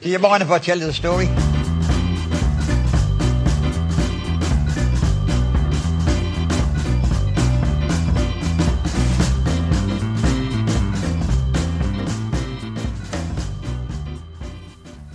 Do you mind if I tell you the story?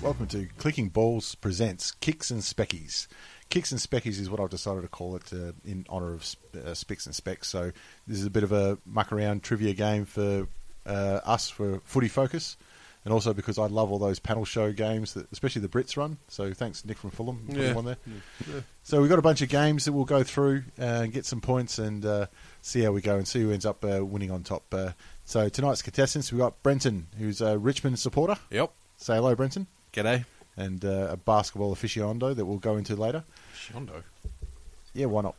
Welcome to Clicking Balls presents Kicks and Speckies. Kicks and Speckies is what I've decided to call it uh, in honour of sp- uh, Spicks and Specs. So this is a bit of a muck around trivia game for uh, us for Footy Focus, and also because I love all those panel show games that especially the Brits run. So thanks Nick from Fulham, putting Yeah. them on there. So we've got a bunch of games that we'll go through uh, and get some points and uh, see how we go and see who ends up uh, winning on top. Uh, so tonight's contestants, we've got Brenton, who's a Richmond supporter. Yep. Say hello, Brenton G'day. and uh, a basketball aficionado that we'll go into later. Shondo. Yeah, why not?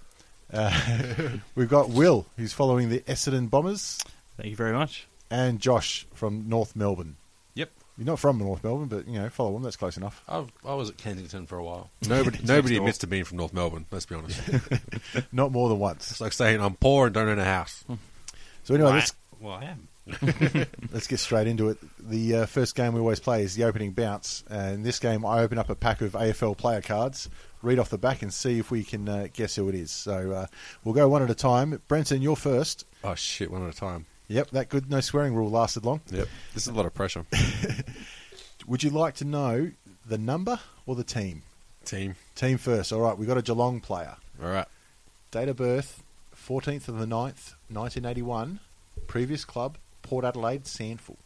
Uh, we've got Will, who's following the Essendon Bombers, Thank you very much. and Josh from North Melbourne. Yep. Oh. You're not from North Melbourne, but you know, follow them. That's close enough. I, I was at Kensington for a while. Nobody, It's nobody next door. admits to being from North Melbourne. Let's be honest. Not more than it's once. like saying I'm poor and don't own a house. So anyway, let's Well, I am. let's get straight into it. The uh, first game we always play is the opening bounce, and this game I open up a pack of AFL player cards, read off the back, and see if we can uh, guess who it is. So uh, we'll go one at a time. Brenton, you're first. Oh shit! One at a time. Yep, that good no swearing rule lasted long. Yep. This is a lot of pressure. Would you like to know the number or the team? Team. Team first. All right, we got a Geelong player. All right. Date of birth, 14th of the 9th, 1981. Previous club, Port Adelaide, Sandful.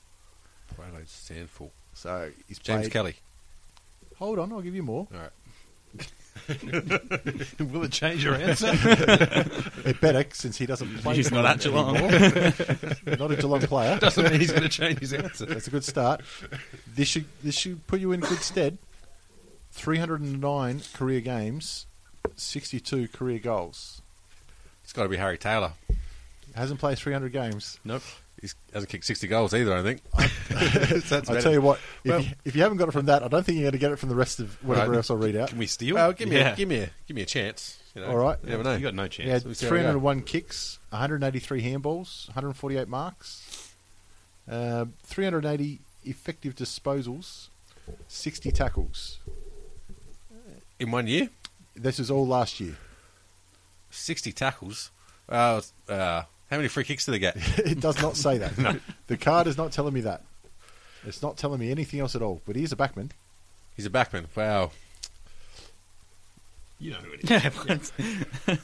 Right, I stand for So he's James played- Kelly. Hold on, I'll give you more. All right. Will it change your answer? It better since he doesn't play. He's for not them at Geelong. anymore. not a Geelong player. Doesn't mean he's going to change his answer. That's a good start. This should this should put you in good stead. 309 career games, 62 career goals. It's got to be Harry Taylor. Hasn't played 300 games. Nope. He hasn't kicked sixty goals either. I think. I'll tell you what. If, you, if you haven't got it from that, I don't think you're going to get it from the rest of whatever Right. else I'll read out. Can we steal? Well, give me, Yeah. a, give me, a, give me a chance. You know, All right. You never know. You got no He chance. had Let's see how we go. 301 kicks, 183 handballs, 148 marks, um, 380 effective disposals, 60 tackles. In one year, This is all last year. sixty tackles. Uh, uh, how many free kicks did they get? it does not say that. The card is not telling me that. It's not telling me anything else at all. But he is a backman. He's a backman. Wow. You know who it is. Yeah, but-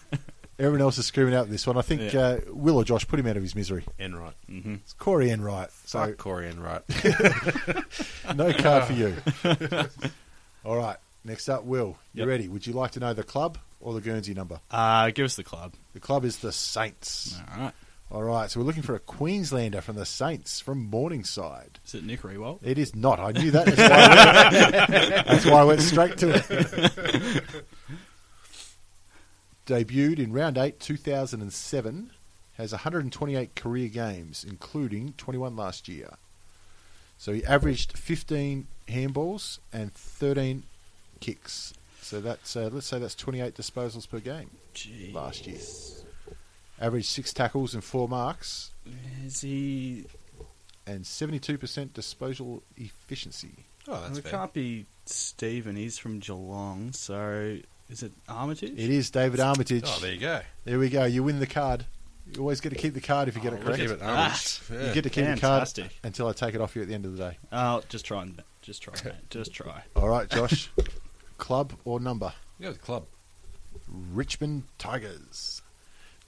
Everyone else is screaming out this one. I think Yeah. uh, Will or Josh put him out of his misery. Enright. It's Corey Enright. So Mm-hmm. Fuck Corey Enright. No card for you. All right. Next up, Will. You Yep. ready? Would you like to know the club or the Guernsey number? uh, give us the club. The club is the Saints. All right. All right. So we're looking for a Queenslander from the Saints from Morningside. Is it Nick Rewalt? It is not. I knew that. That's why I went, that's why I went straight to it. Debuted in round eight, 2007. Has 128 career games, including 21 last year. So he averaged 15 handballs and 13 kicks. So that's uh, let's say that's 28 disposals per game Gee. last year. Averaged six tackles and four marks, Is he? and 72% disposal efficiency. Oh, that's it fair. can't be Stephen. He's from Geelong. So is it Armitage? It is David Armitage. Oh, there there. you go. we go. You win the card. You always get to keep the card if you get it Oh, correct. give it Armitage. Yeah. You get to keep the Fantastic. card until I take it off you at the end of the day. Oh, just try and just try, mate. Just try. All right, Josh. Club or number? Go to the club. Richmond Tigers.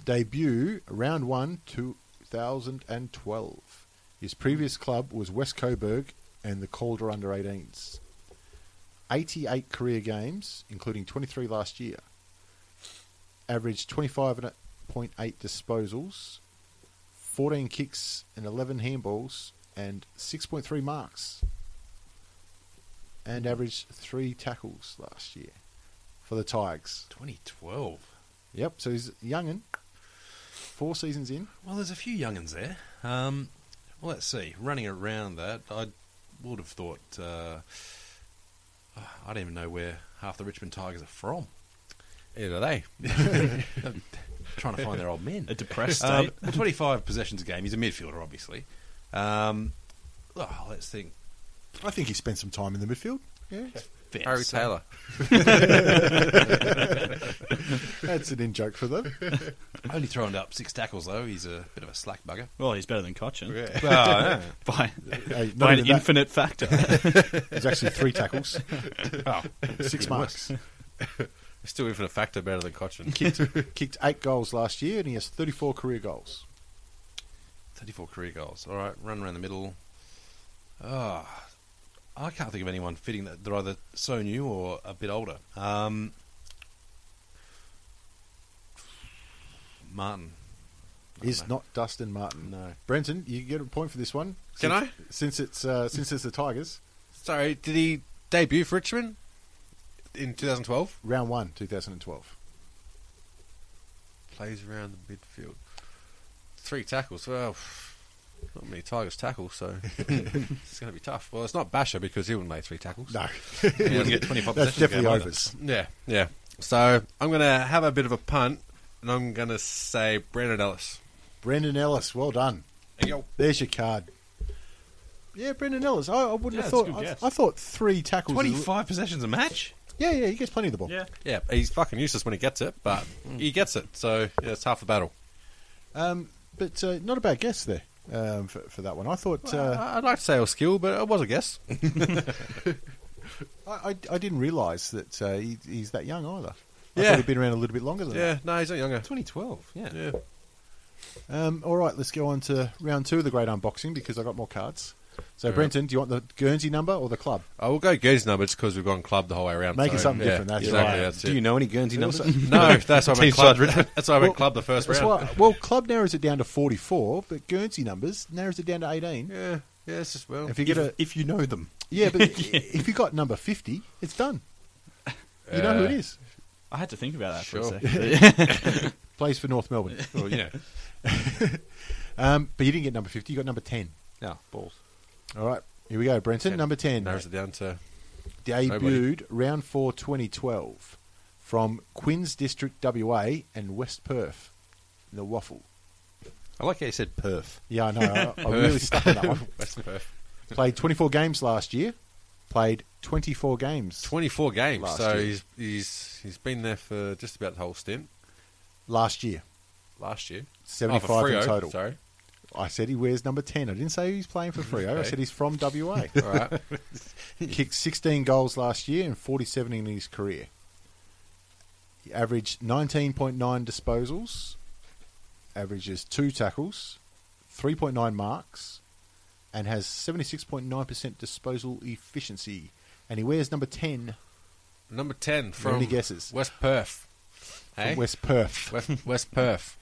Debut round one, 2012. His previous club was West Coburg and the Calder under 18s. 88 career games, including 23 last year. Averaged 25.8 disposals, 14 kicks and 11 handballs, and 6.3 marks. And averaged three tackles last year for the Tigers. 2012. Yep, so he's youngin. Four seasons in. Well, there's a few youngins there. Um, well, let's see. Running around that, I would have thought. Uh, I don't even know where half the Richmond Tigers are from. Either they. trying to find their old men. A depressed Um, state. 25 possessions a game. He's a midfielder, obviously. Um, oh, let's think. I think he spent some time in the midfield. Yeah, Fair Harry say. Taylor. that's an in joke for them. Only throwing up six tackles though. He's a bit of a slack bugger. Well, he's better than Cochin Oh, yeah. by, Hey, by not an even that. infinite factor. There's actually three tackles, Oh, six marks. Still even a factor better than Cochin. Kicked, kicked eight goals last year, and he has 34 career goals. 34 career goals. All right, run around the middle. Ah, I can't think of anyone fitting that. They're either so new or a bit older. Um, Martin. I Is don't know. not Dustin Martin. No. Brenton, you get a point for this one. Can since, I? Since it's uh, since it's the Tigers, Sorry, did he debut for Richmond in 2012? round one, 2012. Plays around the midfield. Three tackles. Well, not many Tigers tackle, so it's going to be tough. Well, it's not Basher because he wouldn't lay three tackles. No, He wouldn't get 25 that's definitely overs. Yeah, yeah. So I'm going to have a bit of a punt, and I'm going to say Brandon Ellis. Brendan Ellis, well done. There's your card. Yeah, Brendan Ellis. I, I wouldn't Yeah, have that's a thought. good I, guess. I thought three tackles. was- 25 possessions a match? Yeah, yeah, he gets plenty of the ball. yeah. Yeah, he's fucking useless when he gets it, but Mm. he gets it, so yeah, it's half the battle. Um, but uh, not a bad guess there um, for, for that one. I thought uh, I- I'd like to say it was skill, but it was a guess. uh, I, I, I didn't realise that uh, he, he's that young either. I Yeah. thought he'd been around a little bit longer than Yeah, no, he's not younger. 2012, yeah. Yeah. that. Um, all right, let's go on to round two of the great unboxing because I got more cards. So, All right. Brenton, do you want the Guernsey number or the club? I will go Guernsey number just because we've gone club the whole way around. Make it so, something yeah, different, that's exactly, right. That's Do it. you know any Guernsey numbers? No, that's why I went Team club. side Richmond. That's why I went Well, club the first That's round. why, well, club narrows it down to 44, but Guernsey numbers narrows it down to 18. Yeah, yeah, it's just well. If you get a if you know them. yeah, but if you got number 50, it's done. You know who it Yeah. is. I had to think about that for Sure. a second. Plays for North Melbourne. Well, you know. Um, but you didn't get number 50, you got number 10. No, balls. All right, here we go. Brenton, Ten. number 10. narrows it down to Debuted Nobody. round 4, 2012 from Quinns District, WA, and West Perth, in the Waffle. I like how you said Perth. Yeah, I know. I, I really stuck on that one. West Perth. Played 24 games last year. Played 24 games Twenty-four games, Last so year. he's he's he's been there for just about the whole stint last year. last year. Oh, 75 for in Freo, total. Sorry, I said he wears number 10. I didn't say he's playing for Frio. I Okay. said he's from WA. all right. Kicked 16 goals last year and 47 in his career. He averaged 19.9 disposals, averages two tackles, 3.9 marks, and has 76.9% disposal efficiency. And he wears number 10 Number ten from any guesses? West Perth. Hey? from West Perth. West, West Perth.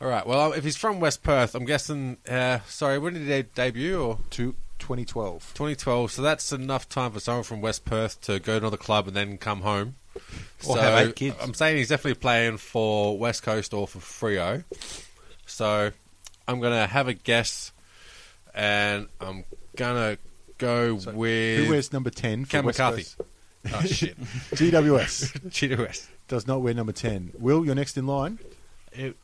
All right. Well, if he's from West Perth, I'm guessing. Uh, sorry, when did he de- debut? Or To 2012. 2012. So that's enough time for someone from West Perth to go to another club and then come home. Or so have eight kids. I'm saying he's definitely playing for West Coast or for Frio. So I'm gonna have a guess, and I'm gonna go Who with wears number 10 for Cam West McCarthy. Coast? Oh shit, GWS Cheetah West. does not wear number 10. Will, you're next in line. it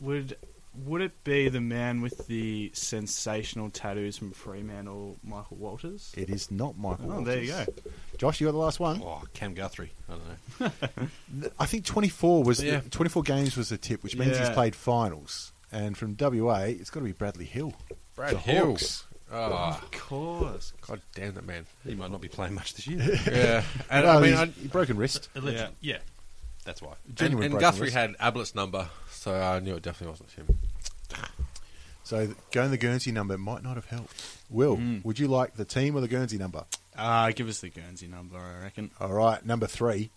would would it be the man with the sensational tattoos from Fremantle, Michael Walters? It is not Michael. Oh, there you Walters. go. Josh, you got the last one. Oh, Cam Guthrie. I don't know. I think 24 was Yeah. 24 games was the tip, which means he's Yeah. played finals. And from WA, it's got to be Bradley Hill. Brad The Hill. Hawks. Oh, Of course. god damn that man. He might not be playing much this year. Yeah, and Well, I mean, he's- I, he broken wrist. yeah. yeah, that's why. and, Genuine and broken Guthrie wrist. had Ablett's number, so I knew it definitely wasn't him. So th- going the Guernsey number might not have helped. Will, Mm. would you like the team or the Guernsey number? Uh, give us the Guernsey number, I reckon. All right, number three.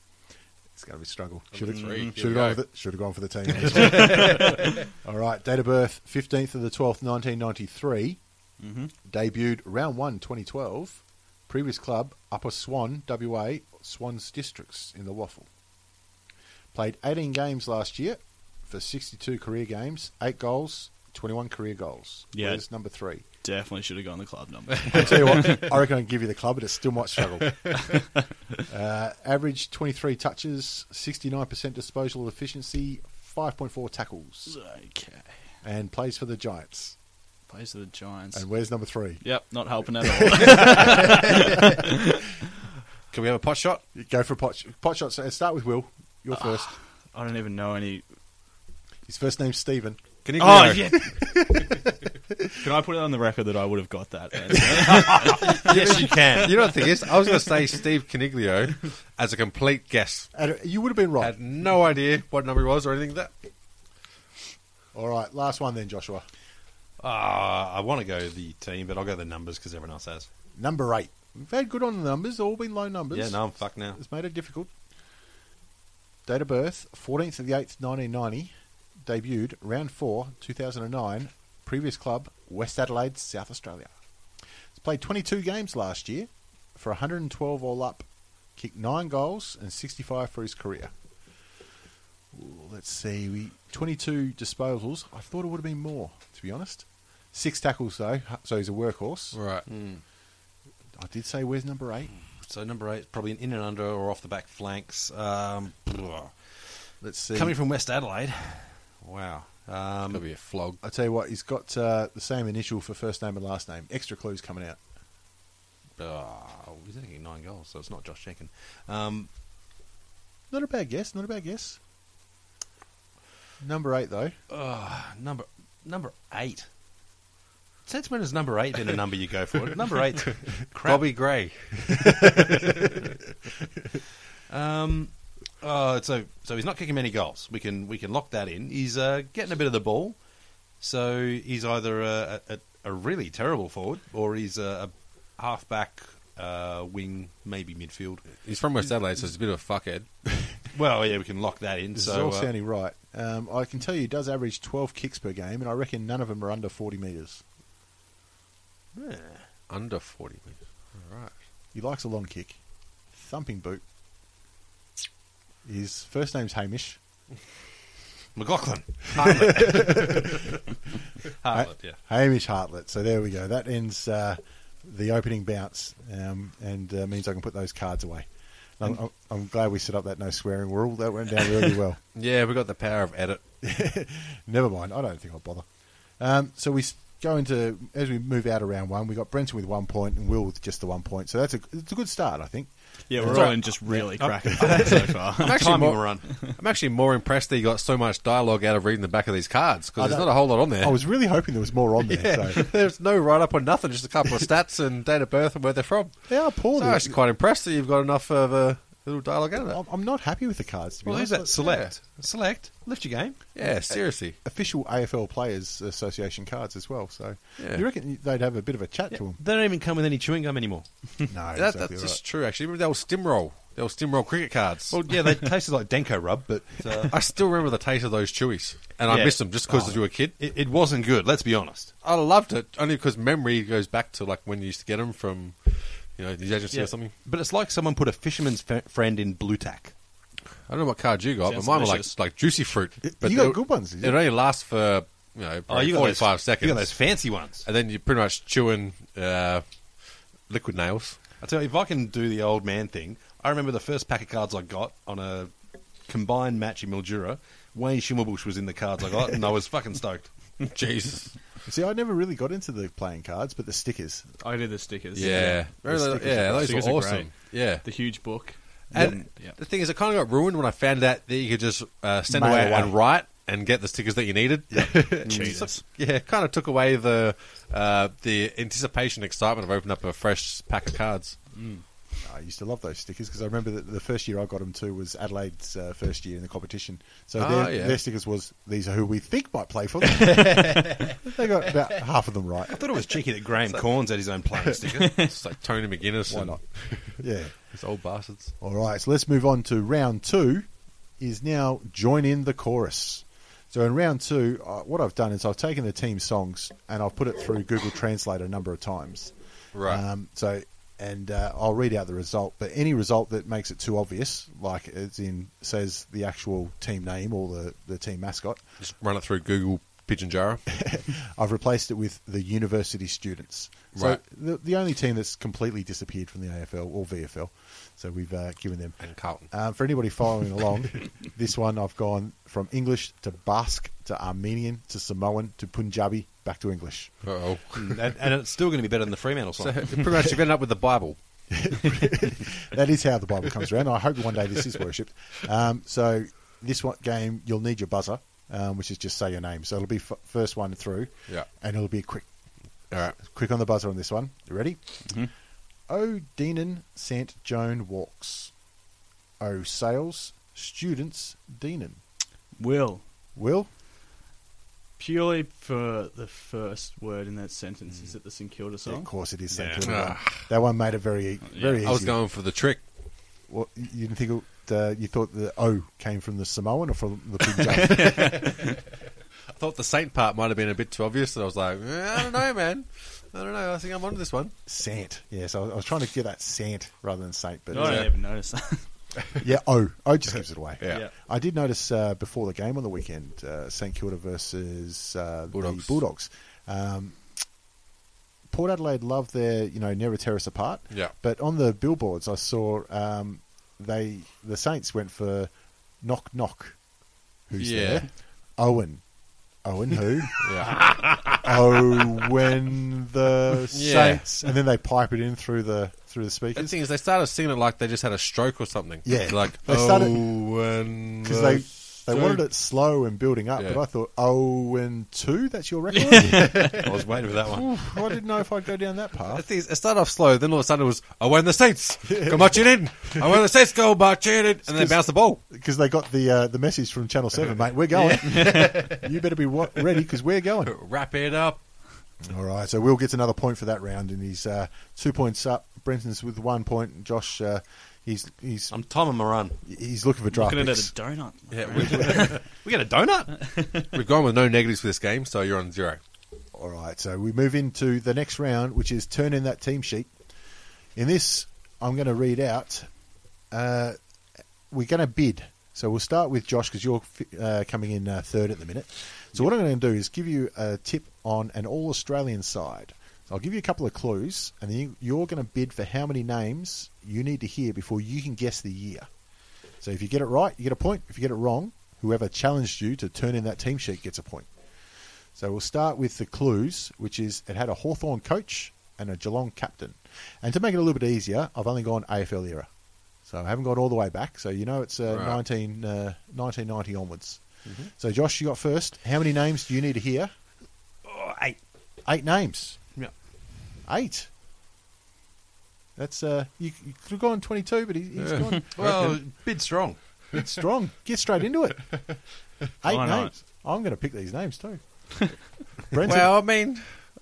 It's going to be a struggle. Should have, three, here should have we gone go. with it. Should have gone for the team. on this one. All right, date of birth 15th of the 12th, 1993. Mm-hmm. Debuted round one, 2012. Previous club, Upper Swan, WA, Swans Districts in the Waffle. Played 18 games last year for 62 career games, 8 goals, 21 career goals. Yeah. Where's number three? Definitely should have gone the club number. I tell you what, I reckon I can give you the club, but it still might struggle. uh, average 23 touches, 69% disposal efficiency, 5.4 tackles, okay. and plays for the Giants. Plays for the Giants. And where's number three? yep, not helping at all. Can we have a pot shot? You Go for a pot, sh- pot shot. So start with Will. You're first. I don't even know any. His first name's Stephen. Can you Oh yeah. Can I put it on the record that I would have got that? yes, you can. You know what the thing is? I was going to say Steve Caniglio as a complete guess. And uh, you would have been right. Had no idea what number he was or anything like that. All right, last one then, Joshua. Ah, I want to go the team, but I'll go the numbers because everyone else has. Number eight. We've had good on the numbers. All been low numbers. Yeah, no, I'm fucked now. It's made it difficult. Date of birth, 14th of the 8th, 1990. Debuted, round 4, 2009. Previous club, West Adelaide, South Australia. He's played 22 games last year for 112 all up. Kicked 9 goals and 65 for his career. Ooh, let's see, we 22 disposals. I thought it would have been more, to be honest. Six tackles, though, so he's a workhorse. Right. I did say, where's number 8? So number eight, probably an in and under or off the back flanks. Um, Let's see. coming from West Adelaide. Wow. Um, Could be a flog. I tell you what, he's got uh, the same initial for first name and last name. Extra clues coming out. ah, he's only getting nine goals, so it's not Josh Jenkins. Um, Not a bad guess. Not a bad guess. Number eight, though. ah, number number eight. Since when is number eight been a number you go for? number eight, Bobby Gray. Um, uh, so so he's not kicking many goals. We can we can lock that in. He's uh, getting a bit of the ball, so he's either a, a, a really terrible forward or he's a, a halfback uh, wing, maybe midfield. He's from West Adelaide, so he's a bit of a fuckhead. Well, yeah, we can lock that in. This is so all uh, sounding right. Um, I can tell you, he does average 12 kicks per game, and I reckon none of them are under 40 metres. Under 40 metres. All right. He likes a long kick. Thumping boot. His first name's Hamish. McLaughlin, Hartlett, Hartlett, yeah. Hamish Hartlett. So there we go. That ends uh, the opening bounce um, and uh, means I can put those cards away. I'm, I'm- I'm glad we set up that no swearing rule. That went down really well. Yeah, we got the power of edit. Never mind. I don't think I'll bother. Um, so we s- go into as we move out of round one. We got Brenton with one point and Will with just the one point. So that's a it's a good start, I think. yeah, we're all in just really cracking fun so far. I'm actually, Timing more, run. I'm actually more impressed that you got so much dialogue out of reading the back of these cards I because there's know. not a whole lot on there. I was really hoping there was more on there. yeah, So. there's no write up on nothing, just a couple of stats and date of birth and where they're from. They are poor. So I'm actually quite impressed that you've got enough of a little dialogue out of that. I'm- I'm not happy with the cards. To be Well, who's honest. that? Select, select, lift your game. Yeah, seriously. official AFL Players Association cards as well. So Yeah. you reckon they'd have a bit of a chat to them? They don't even come with any chewing gum anymore. no, That, exactly that's right. just true, actually. Remember, they were Stimroll. They were Stimroll cricket cards. Well, yeah, they tasted like Denko rub, but uh, I still remember the taste of those chewies, and I Yeah. Oh. missed them just because you were a kid. it, it wasn't good. Let's be honest. I loved it only because memory goes back to like when you used to get them from, you know, the agency or something. But it's like someone put a fisherman's f- friend in blue tack. I don't know what card you got, Sounds but mine delicious. were like like juicy fruit. you got they- good ones, did It you? only lasts for Oh, you know probably got forty those- five seconds, Oh, You got those fancy ones. and then you're pretty much chewing uh, liquid nails. I tell you, if I can do the old man thing, I remember the first pack of cards I got on a combined match in Mildura. Wayne Schimmelbusch was in the cards I got, and I was fucking stoked. Jesus, See, I never really got into the playing cards, but the stickers. I did the stickers. yeah, The stickers yeah, are- those stickers were are awesome. great. Yeah, The huge book. and Yeah. the thing is, it kind of got ruined when I found out that you could just uh, send Mail away, away. and write and get the stickers that you needed. Jesus. Yeah, it kind of took away the uh, the anticipation, excitement of opening up a fresh pack of cards. I used to love those stickers because I remember that the first year I got them too was Adelaide's uh, first year in the competition. So Ah, their, yeah. their stickers was these are who we think might play for them. they got about half of them right. I thought it was cheeky that Graham Corns had his own playing sticker. it's like Tony McGuinness Why and not? Yeah. these old bastards. All right, so let's move on to round two. Is now join in the chorus. So in round two, uh, what I've done is I've taken the team songs and I've put it through Google Translate a number of times. Right. Um, so, and uh, I'll read out the result, but any result that makes it too obvious, like it's in says the actual team name or the, the team mascot, Just run it through Google Pigeon Jara. I've replaced it with the university students. So Right. the, the only team that's completely disappeared from the AFL or VFL. So we've uh, given them. and Carlton. Um, for anybody following along, this one I've gone from English to Basque to Armenian to Samoan to Punjabi back to English. Uh-oh. and, and it's still going to be better than the Fremantle So song. pretty much you've ended up with the Bible. That is how the Bible comes around. I hope one day this is worshipped. Um, so this one game, you'll need your buzzer, um, which is just say your name. So it'll be f- first one through, Yeah. and it'll be a quick, All right. quick on the buzzer on this one. You ready? O'Deenan St. Joan walks. O Sales Students Deenan. Will. Will? Purely for the first word in that sentence, Mm. is it the St Kilda Of song? course it is St. Yeah. Kilda one. That one made it very, very easy. Ah. I was going for the trick. Well, you didn't think it, uh, you thought the O came from the Samoan or from the Punjabi? I thought the Saint part might have been a bit too obvious, and I was like, eh, I don't know, man. I don't know. I think I'm onto this one. Sant. Yes, I was, I was trying to get that Sant rather than Saint, but No, I yeah, didn't even notice that. O. O just gives it away. Yeah. Yeah. I did notice uh, before the game on the weekend, uh, St Kilda versus uh, Bulldogs. the Bulldogs. Um, Port Adelaide love their, you know, never tear us apart. Yeah. But on the billboards, I saw um, they the Saints went for knock knock. Who's Yeah. there? Owen. Owen who? Yeah. oh, when the Yeah. Saints, and then they pipe it in through the through the the speakers. thing is, they started singing it like they just had a stroke or something. Yeah. Like, They started- oh, and because the they they Saint- wanted it slow and building up. But Yeah. I thought, oh, and two, that's your record. I was waiting for that one. Oof, I didn't know if I'd go down that The path. thing is, it started off slow, then all of a sudden it was, I win the Saints, go marching in, I win the Saints, go marching in, and then bounce the ball. Because they got the uh, the message from Channel Seven, mate. We're going. you better be wa- ready because we're going. Wrap it up. All right. So Will gets another point for that round, and he's uh, two points up. Brenton's with one point. and Josh, uh, he's he's I'm Tom and Moran. he's looking for draft Um, Looking at a picks. donut. Yeah, Yeah, we, We get a donut. we've gone with no negatives for this game, so you're on zero. All right, so we move into the next round, which is turn in that team sheet. In this, I'm going to read out. Uh, we're going to bid. So we'll start with Josh because you're fi- uh, coming in uh, third at the minute. So what I'm going to do is give you a tip on an all Australian side. So I'll give you a couple of clues, and then you, you're going to bid for how many names you need to hear before you can guess the year. So if you get it right, you get a point. If you get it wrong, whoever challenged you to turn in that team sheet gets a point. So we'll start with the clues, which is it had a Hawthorn coach and a Geelong captain. And to make it a little bit easier, I've only gone AFL era. So I haven't gone all the way back. So you know it's uh, Right. 19, uh, 1990 onwards. So Josh, you got first. How many names do you need to hear? Oh, eight. Eight names. Yeah. Eight. That's uh, you, you could have gone 22, but he, he's gone Well, a bit strong. it's strong. Get straight into it. Eight Why not? names. I'm going to pick these names too. Brenton, Well, I mean,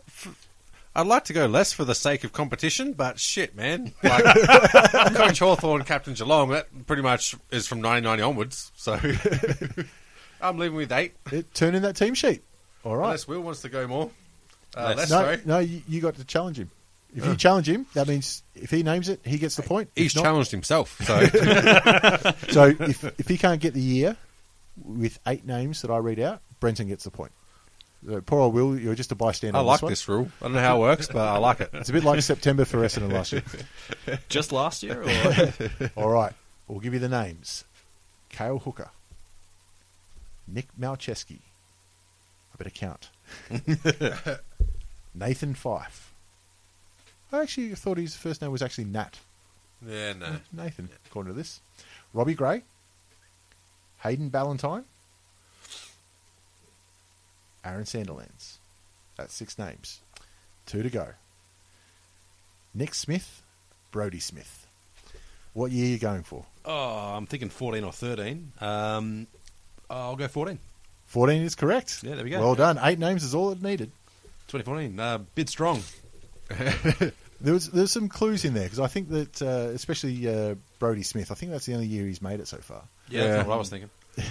f- I'd like to go less for the sake of competition, but shit, man. Like, Coach Hawthorn, Captain Geelong, that pretty much is from 1990 onwards, so I'm leaving with eight, it- turn in that team sheet. All right. unless Will wants to go more. Uh, Less. less, no, sorry. no, you, you got to challenge him. If you challenge him, that means if he names it, he gets the point. If He's not- challenged himself, so... So if, if he can't get the year with eight names that I read out, Brenton gets the point. So poor old Will, you're just a bystander. I on like one. this rule. I don't know how it works, but I like it. It's a bit like September for Essendon last year. Just last year? Or? All right, we'll give you the names: Kale Hooker, Nick Malcheski. I better count. Nathan Fife. I actually thought his first name was actually Nat. Yeah, no. Nathan, according to this. Robbie Gray, Hayden Ballantyne, Aaron Sanderlands. That's six names. Two to go. Nick Smith, Brody Smith. What year are you going for? Oh, I'm thinking 14 or 13. Um, I'll go 14. 14 is correct. Yeah, there we go. Well done. Eight names is all it needed. 2014. Uh, bit strong. There was there's some clues in there because I think that uh, especially uh, Brody Smith. I think that's the only year he's made it so far. Yeah, that's not what I was thinking. Uh,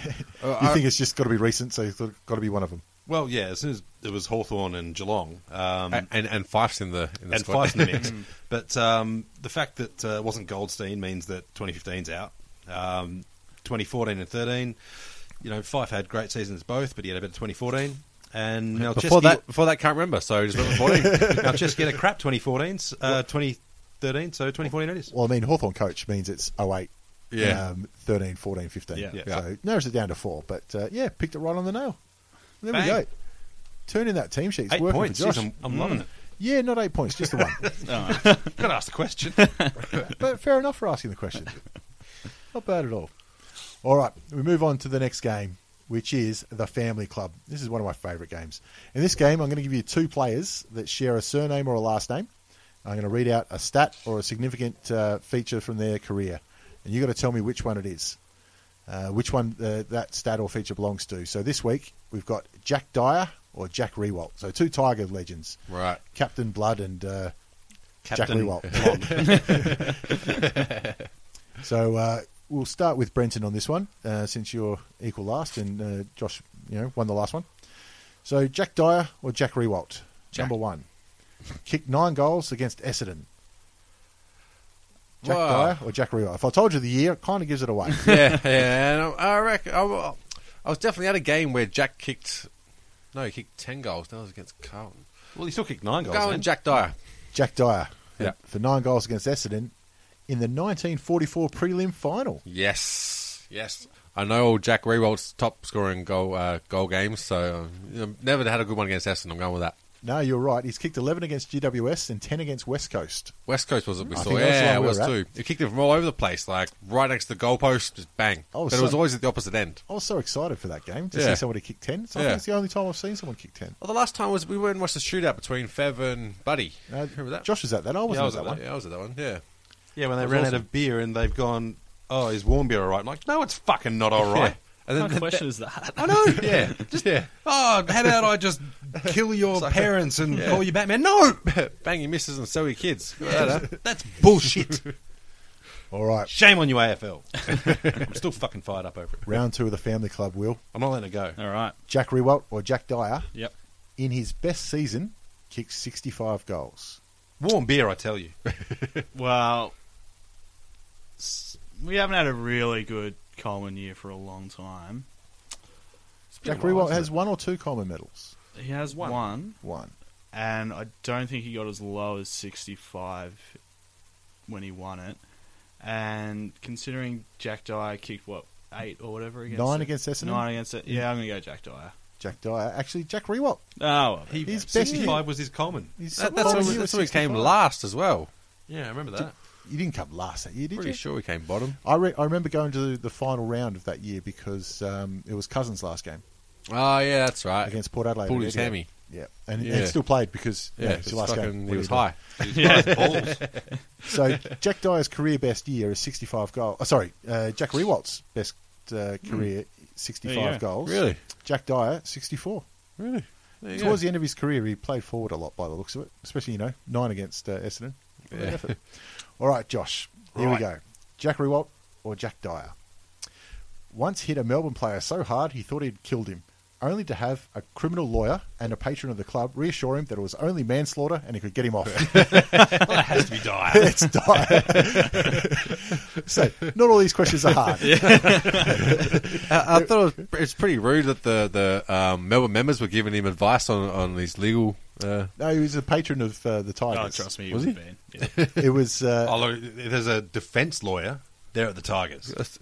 You I- think it's just got to be recent, so it's got to be one of them. Well, yeah, as soon as it was Hawthorn and Geelong, um, and, and and Fife's in the in the and squad. Mm. five's in the mix. but um, the fact that uh, it wasn't Goldstein means that 2015's out. Um, 2014 and 13, you know, Fife had great seasons both, but he had a better 2014. And Melchesky, Before that, before that, can't remember. So just remember 14. Melchesky had a crap 2014, uh, 2013, so 2014 it is. Well, I mean, Hawthorn coach means it's 08, Yeah. um, 13, 14, 15. Yeah. Yeah. So narrows it down to four. But uh, yeah, picked it right on the nail. There we Bang. go. Turn in that team sheet. It's Eight working points. For Josh. Jeez, I'm, I'm loving Mm. it. Yeah, not eight points, just the one. Got to ask the question. but fair enough for asking the question. Not bad at all. All right, we move on to the next game, which is the Family Club. This is one of my favourite games. In this game, I'm going to give you two players that share a surname or a last name. I'm going to read out a stat or a significant uh, feature from their career, and you've got to tell me which one it is, uh, which one uh, that stat or feature belongs to. So this week we've got Jack Dyer or Jack Rewalt. So two Tiger legends, right. Captain Blood and uh, Jack Captain Rewalt. So uh, we'll start with Brenton on this one, uh, since you're equal last, and uh, Josh, you know, won the last one. So Jack Dyer or Jack Rewalt, number one, kicked nine goals against Essendon. Jack Wow. Dyer or Jack Rewalt. If I told you the year, it kind of gives it away. yeah, yeah. And I, I reckon I, wa- I was definitely at a game where Jack kicked. No, he kicked ten goals. No, it was against Carlton. Well, he still kicked nine goals. Go then. and Jack Dyer. Jack Dyer Yeah. for nine goals against Essendon in the 1944 prelim final. Yes, yes. I know all Jack Rewalt's top scoring goal uh, goal games, so uh, never had a good one against Essendon. I'm going with that. No, you're right. He's kicked 11 against GWS and 10 against West Coast. West Coast was it? We I saw. think that's the Yeah, one it we was were at. too. He kicked it from all over the place, like right next to the goalpost, just bang. I was but it was Oh, so- always at the opposite end. I was so excited for that game to Yeah. see somebody kick 10. So I Yeah. think it's the only time I've seen someone kick 10. Well, the last time was we went and watched the shootout between Fev and Buddy. Uh, Remember that? Josh was at that. I yeah, wasn't I was at that one. Yeah, I was at that one. Yeah. Yeah, when they That was ran awesome. out of beer and they've gone, oh, is warm beer all right? I'm like, no, it's fucking not all right. And What then question is that? I know. Yeah. Just, Oh, how about I just kill your parents and call you Batman? No. bang, he misses and so he kids. That's bullshit. All right, Shame on you, AFL. I'm still fucking fired up over it. round two of the family club. Will I'm not letting it go. All right. Jack Rewalt or Jack Dyer Yep. in his best season kicked sixty-five goals? Warm beer, I tell you. Well, s- we haven't had a really good Coleman year for a long time. Jack Rewalt has one or two common medals. He has one, One. and I don't think he got as low as 65 when he won it. And considering Jack Dyer kicked, what, eight or whatever against Nine it? against Essendon? Nine against it. Yeah, I'm going to go Jack Dyer. Jack Dyer. Actually, Jack Rewalt. Oh, well. He, His best 65 year. was his common. He's That, that's Coleman where year was that's where he came 65. last as well. Yeah, I remember that. You didn't come last that year, did Pretty you? sure he came bottom. I, re- I remember going to the, the final round of that year because um, it was Cousins' last game Oh yeah, that's right. against Port Adelaide. Pulled in his Adelaide. hammy. Yeah, and, and Yeah. still played because yeah, Yeah, it's it's the last fucking- game. he was What do you do? high. So Jack Dyer's career best year is 65 goals. Oh, sorry, uh, Jack Rewalt's best uh, career, 65 There you go. goals. Hmm. Really? Jack Dyer, 64. Really? There you Towards go. the end of his career, he played forward a lot by the looks of it, especially, you know, nine against uh, Essendon. What an Yeah. effort. All right, Josh, here we Right. go. Jack Rewalt or Jack Dyer? Once hit a Melbourne player so hard he thought he'd killed him, only to have a criminal lawyer and a patron of the club reassure him that it was only manslaughter and he could get him off. Well, it has to be dire. Let's die. so, not all these questions are hard. I, I thought it was, it's pretty rude that the the um, Melbourne members were giving him advice on on these legal. Uh, No, he was a patron of uh, the Oh, Tigers. trust me, Was was he? he? It was. Uh, Oh, look, there's a defence lawyer there at the Tigers. It's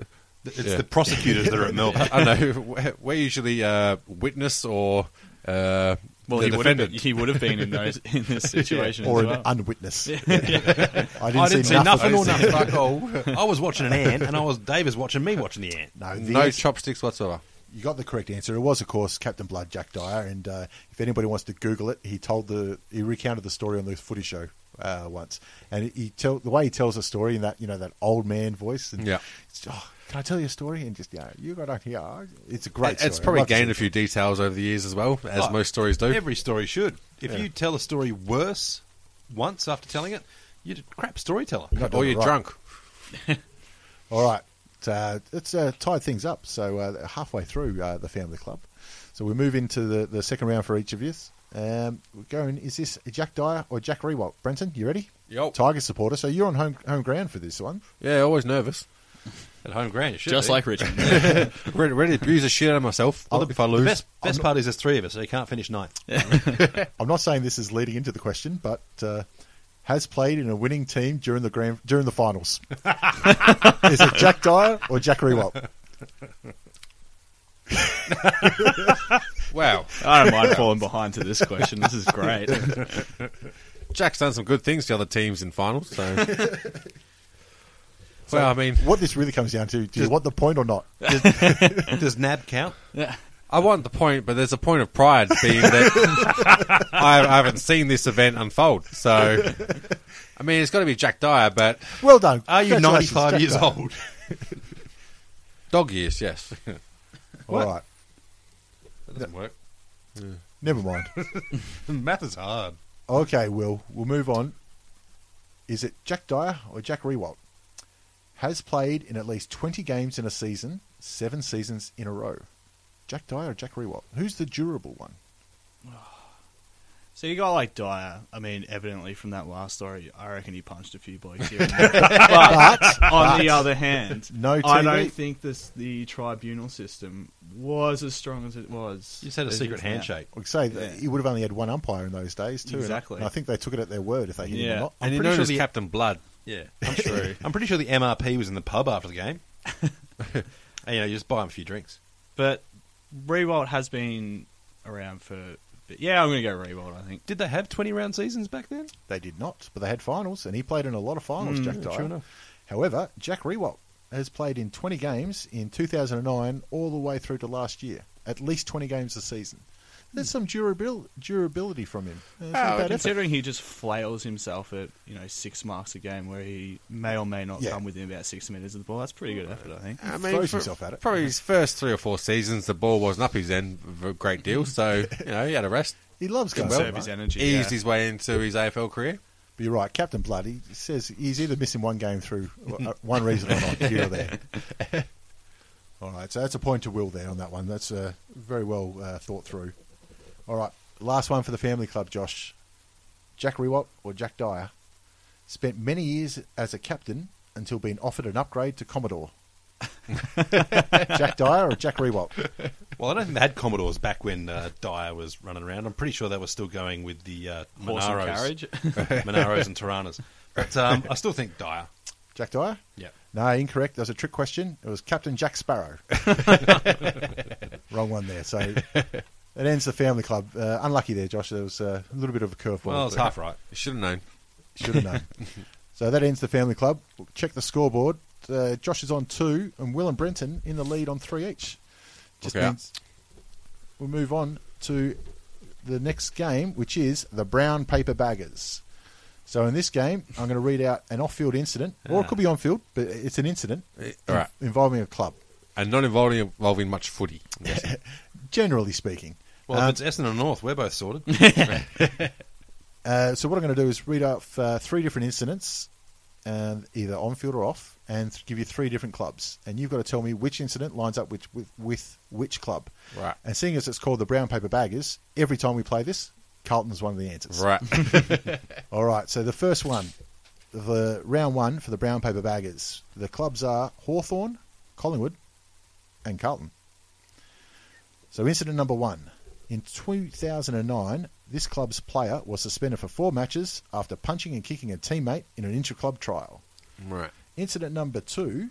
Yeah. the prosecutors that are at Melbourne. I don't know. We're usually uh, witness or uh, Well, the he would, have been, defendant. he would have been in those in this situation or as an well. unwitness. I didn't, I didn't see, see nothing. nothing or nothing. Fuck all. I was watching an ant, and I was Dave is watching me watching the ant. No, the no ans- chopsticks whatsoever. you got the correct answer. It was, of course, Captain Blood, Jack Dyer. And uh, if anybody wants to Google it, he told the he recounted the story on the Footy Show uh, once, and he tell the way he tells the story in that you know that old man voice. And Yeah. it's, oh, can I tell you a story? And just yeah, you got on here. It's a great. story. it's I'd probably love to see gained a it. few details over the years as well, as Oh, most stories do. Every story should. If you tell a story worse once after telling it, you're a crap storyteller. not doing it or Oh, you're right. drunk. All right. Uh, it's uh, tied things up. So uh, halfway through uh, the family club. So we move into the, the second round for each of you. Um, we're going, is this Jack Dyer or Jack Rewalt? Brenton, you ready? Yo. Tiger supporter. So you're on home, home ground for this one. Yeah, always nervous. At home grand, you should Just be. like Richmond. ready, ready to abuse the shit out of myself I'll- if I lose. the best best- best I'm- part is there's three of us, so you can't finish ninth. I'm not saying this is leading into the question, but uh, has played in a winning team during the grand during the finals. is it Jack Dyer or Jack Rewalt? Wow. I don't mind falling behind to this question. This is great. Jack's done some good things to other teams in finals, so. well, I mean, What this really comes down to: Do you Just- want the point or not? Does, does Nab count? I want the point, but there's a point of pride being that I, I haven't seen this event unfold. So, I mean, it's got to be Jack Dyer, but Well done. Are you Congratulations, 95 Jack years Dyer. old? dog years, yes. that All right, doesn't work. never mind. Math is hard. Okay, Will, we'll move on. Is it Jack Dyer or Jack Rewalt? Has played in at least 20 games in a season, seven seasons in a row. Jack Dyer or Jack Rewalt? Who's the durable one? So you got like Dyer. I mean, evidently from that last story, I reckon he punched a few blokes here. and there. but, on the other hand, No I TV. don't think this the tribunal system was as strong as it was. You said a as secret it's now. handshake. Like I say, that Yeah. he would have only had one umpire in those days, too. and I- Exactly. And I think they took it at their word if they hit him Yeah. or not. I'm and you pretty know sure as the- Captain Blood. Yeah, I'm sure. I'm pretty sure the MRP was in the pub after the game. and, you know, you just buy him a few drinks. But Rewalt has been around for. a bit. Yeah, I'm going to go Rewalt. I think. Did they have 20 round seasons back then? They did not, but they had finals, and he played in a lot of finals, Jack Dyer. Sure enough. However, Jack Rewalt has played in 20 games in 2009 all the way through to last year, at least 20 games a season. There's some durabil- durability from him. It's not Oh, bad effort. considering he just flails himself at you know six marks a game, where he may or may not Yeah. come within about six minutes of the ball, that's pretty good effort, I think. I throws himself at it. Probably his first three or four seasons, the ball wasn't up his end a great deal. So, you know, he had a rest, He loves going Well, well, Conserve his energy. eased yeah. his way into his AFL career. But you're right, Captain Blood. He says he's either missing one game through uh, one reason or not here or there. All right, so that's a point to Will there on that one. That's uh, very well uh, thought through. All right, last one for the family club, Josh. Jack Rewalt or Jack Dyer spent many years as a captain until being offered an upgrade to Commodore. Jack Dyer or Jack Rewalt? Well, I don't think they had Commodores back when uh, Dyer was running around. I'm pretty sure they were still going with the uh, Horse and Monaros. carriage. Monaros and Tiranas. But um, I still think Dyer. Jack Dyer? Yeah. No, incorrect. That was a trick question. It was Captain Jack Sparrow. Wrong one there. So it ends the family club. Uh, unlucky there, Josh. There was uh, a little bit of a curveball. Well, it's half right. You should have known. Should have known. so that ends the family club. We'll check the scoreboard. Uh, Josh is on two, and Will and Brenton in the lead on three each. Just Look out. means we'll move on to the next game, which is the Brown Paper Baggers. So in this game, I'm going to read out an off-field incident, or it could be on-field, but it's an incident All right. involving a club, And not involving, involving much footy. generally speaking. Well, Um, if it's Essendon North, we're both sorted. Uh, so what I'm going to do is read off uh, three different incidents, and either on field or off, and th- give you three different clubs, and you've got to tell me which incident lines up which, with with which club. Right. And seeing as it's called the Brown Paper Baggers, every time we play this, Carlton's one of the answers. Right. All right. So the first one, the round one for the Brown Paper Baggers. The clubs are Hawthorn, Collingwood, and Carlton. So incident number one. In 2009, this club's player was suspended for four matches after punching and kicking a teammate in an inter-club trial. Right. Incident number two,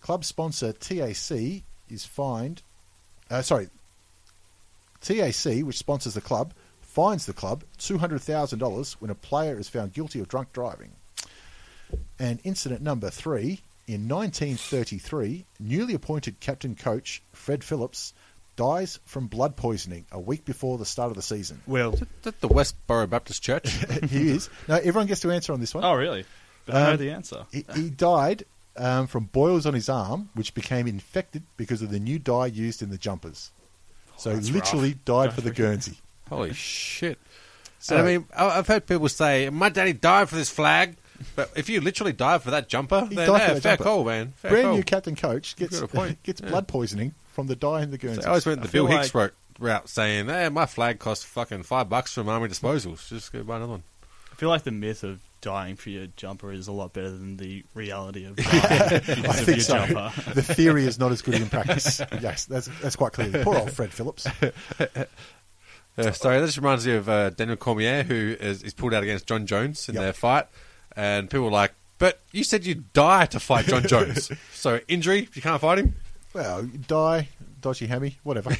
club sponsor TAC is fined. Uh, sorry, TAC, which sponsors the club, fines the club two hundred thousand dollars when a player is found guilty of drunk driving. And incident number three, in 1933, newly appointed captain coach Fred Phillips dies from blood poisoning a week before the start of the season. Will. Is that the Westboro Baptist Church? he is. No, everyone gets to answer on this one. Oh, really? But Um, I know the answer. He, he died um, from boils on his arm, which became infected because of the new dye used in the jumpers. Oh, So literally died for the Guernsey. Holy shit. So- And I mean, I- I've heard people say, my daddy died for this flag, but if you literally died for that jumper, He died then for yeah, that fair jumper. call, man. Fair Brand call. new captain coach gets got a point. gets Yeah. blood poisoning from the dye in the So Guernsey. I always went the Bill feel Hicks route, route saying, hey, my flag costs fucking five bucks from Army Disposals. Just go buy another one. I feel like the myth of dying for your jumper is a lot better than the reality of, dying because I of think your so. jumper. The theory is not as good in practice. yes, that's that's quite clear. Poor old Fred Phillips. Uh, sorry, that just reminds me of uh, Daniel Cormier, who is, is pulled out against John Jones in Yep. their fight, and people were like, "But you said you'd die to fight John Jones, so injury, you can't fight him." Well, you die, dodgy hammy, whatever.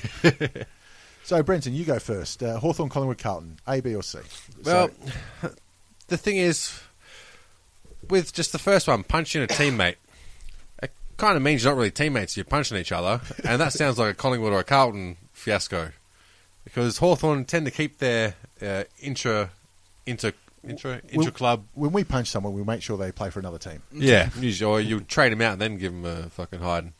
so, Brenton, you go first. Uh, Hawthorne, Collingwood, Carlton, A, B, or C? Well, So- the thing is, with just the first one, punching a teammate, it kind of means you're not really teammates. You're punching each other, and that sounds like a Collingwood or a Carlton fiasco, because Hawthorn tend to keep their uh, intra, inter, intra, Well- intra club. when we punch someone, we make sure they play for another team. Yeah, usually, or you trade him out and then give him a fucking hiding.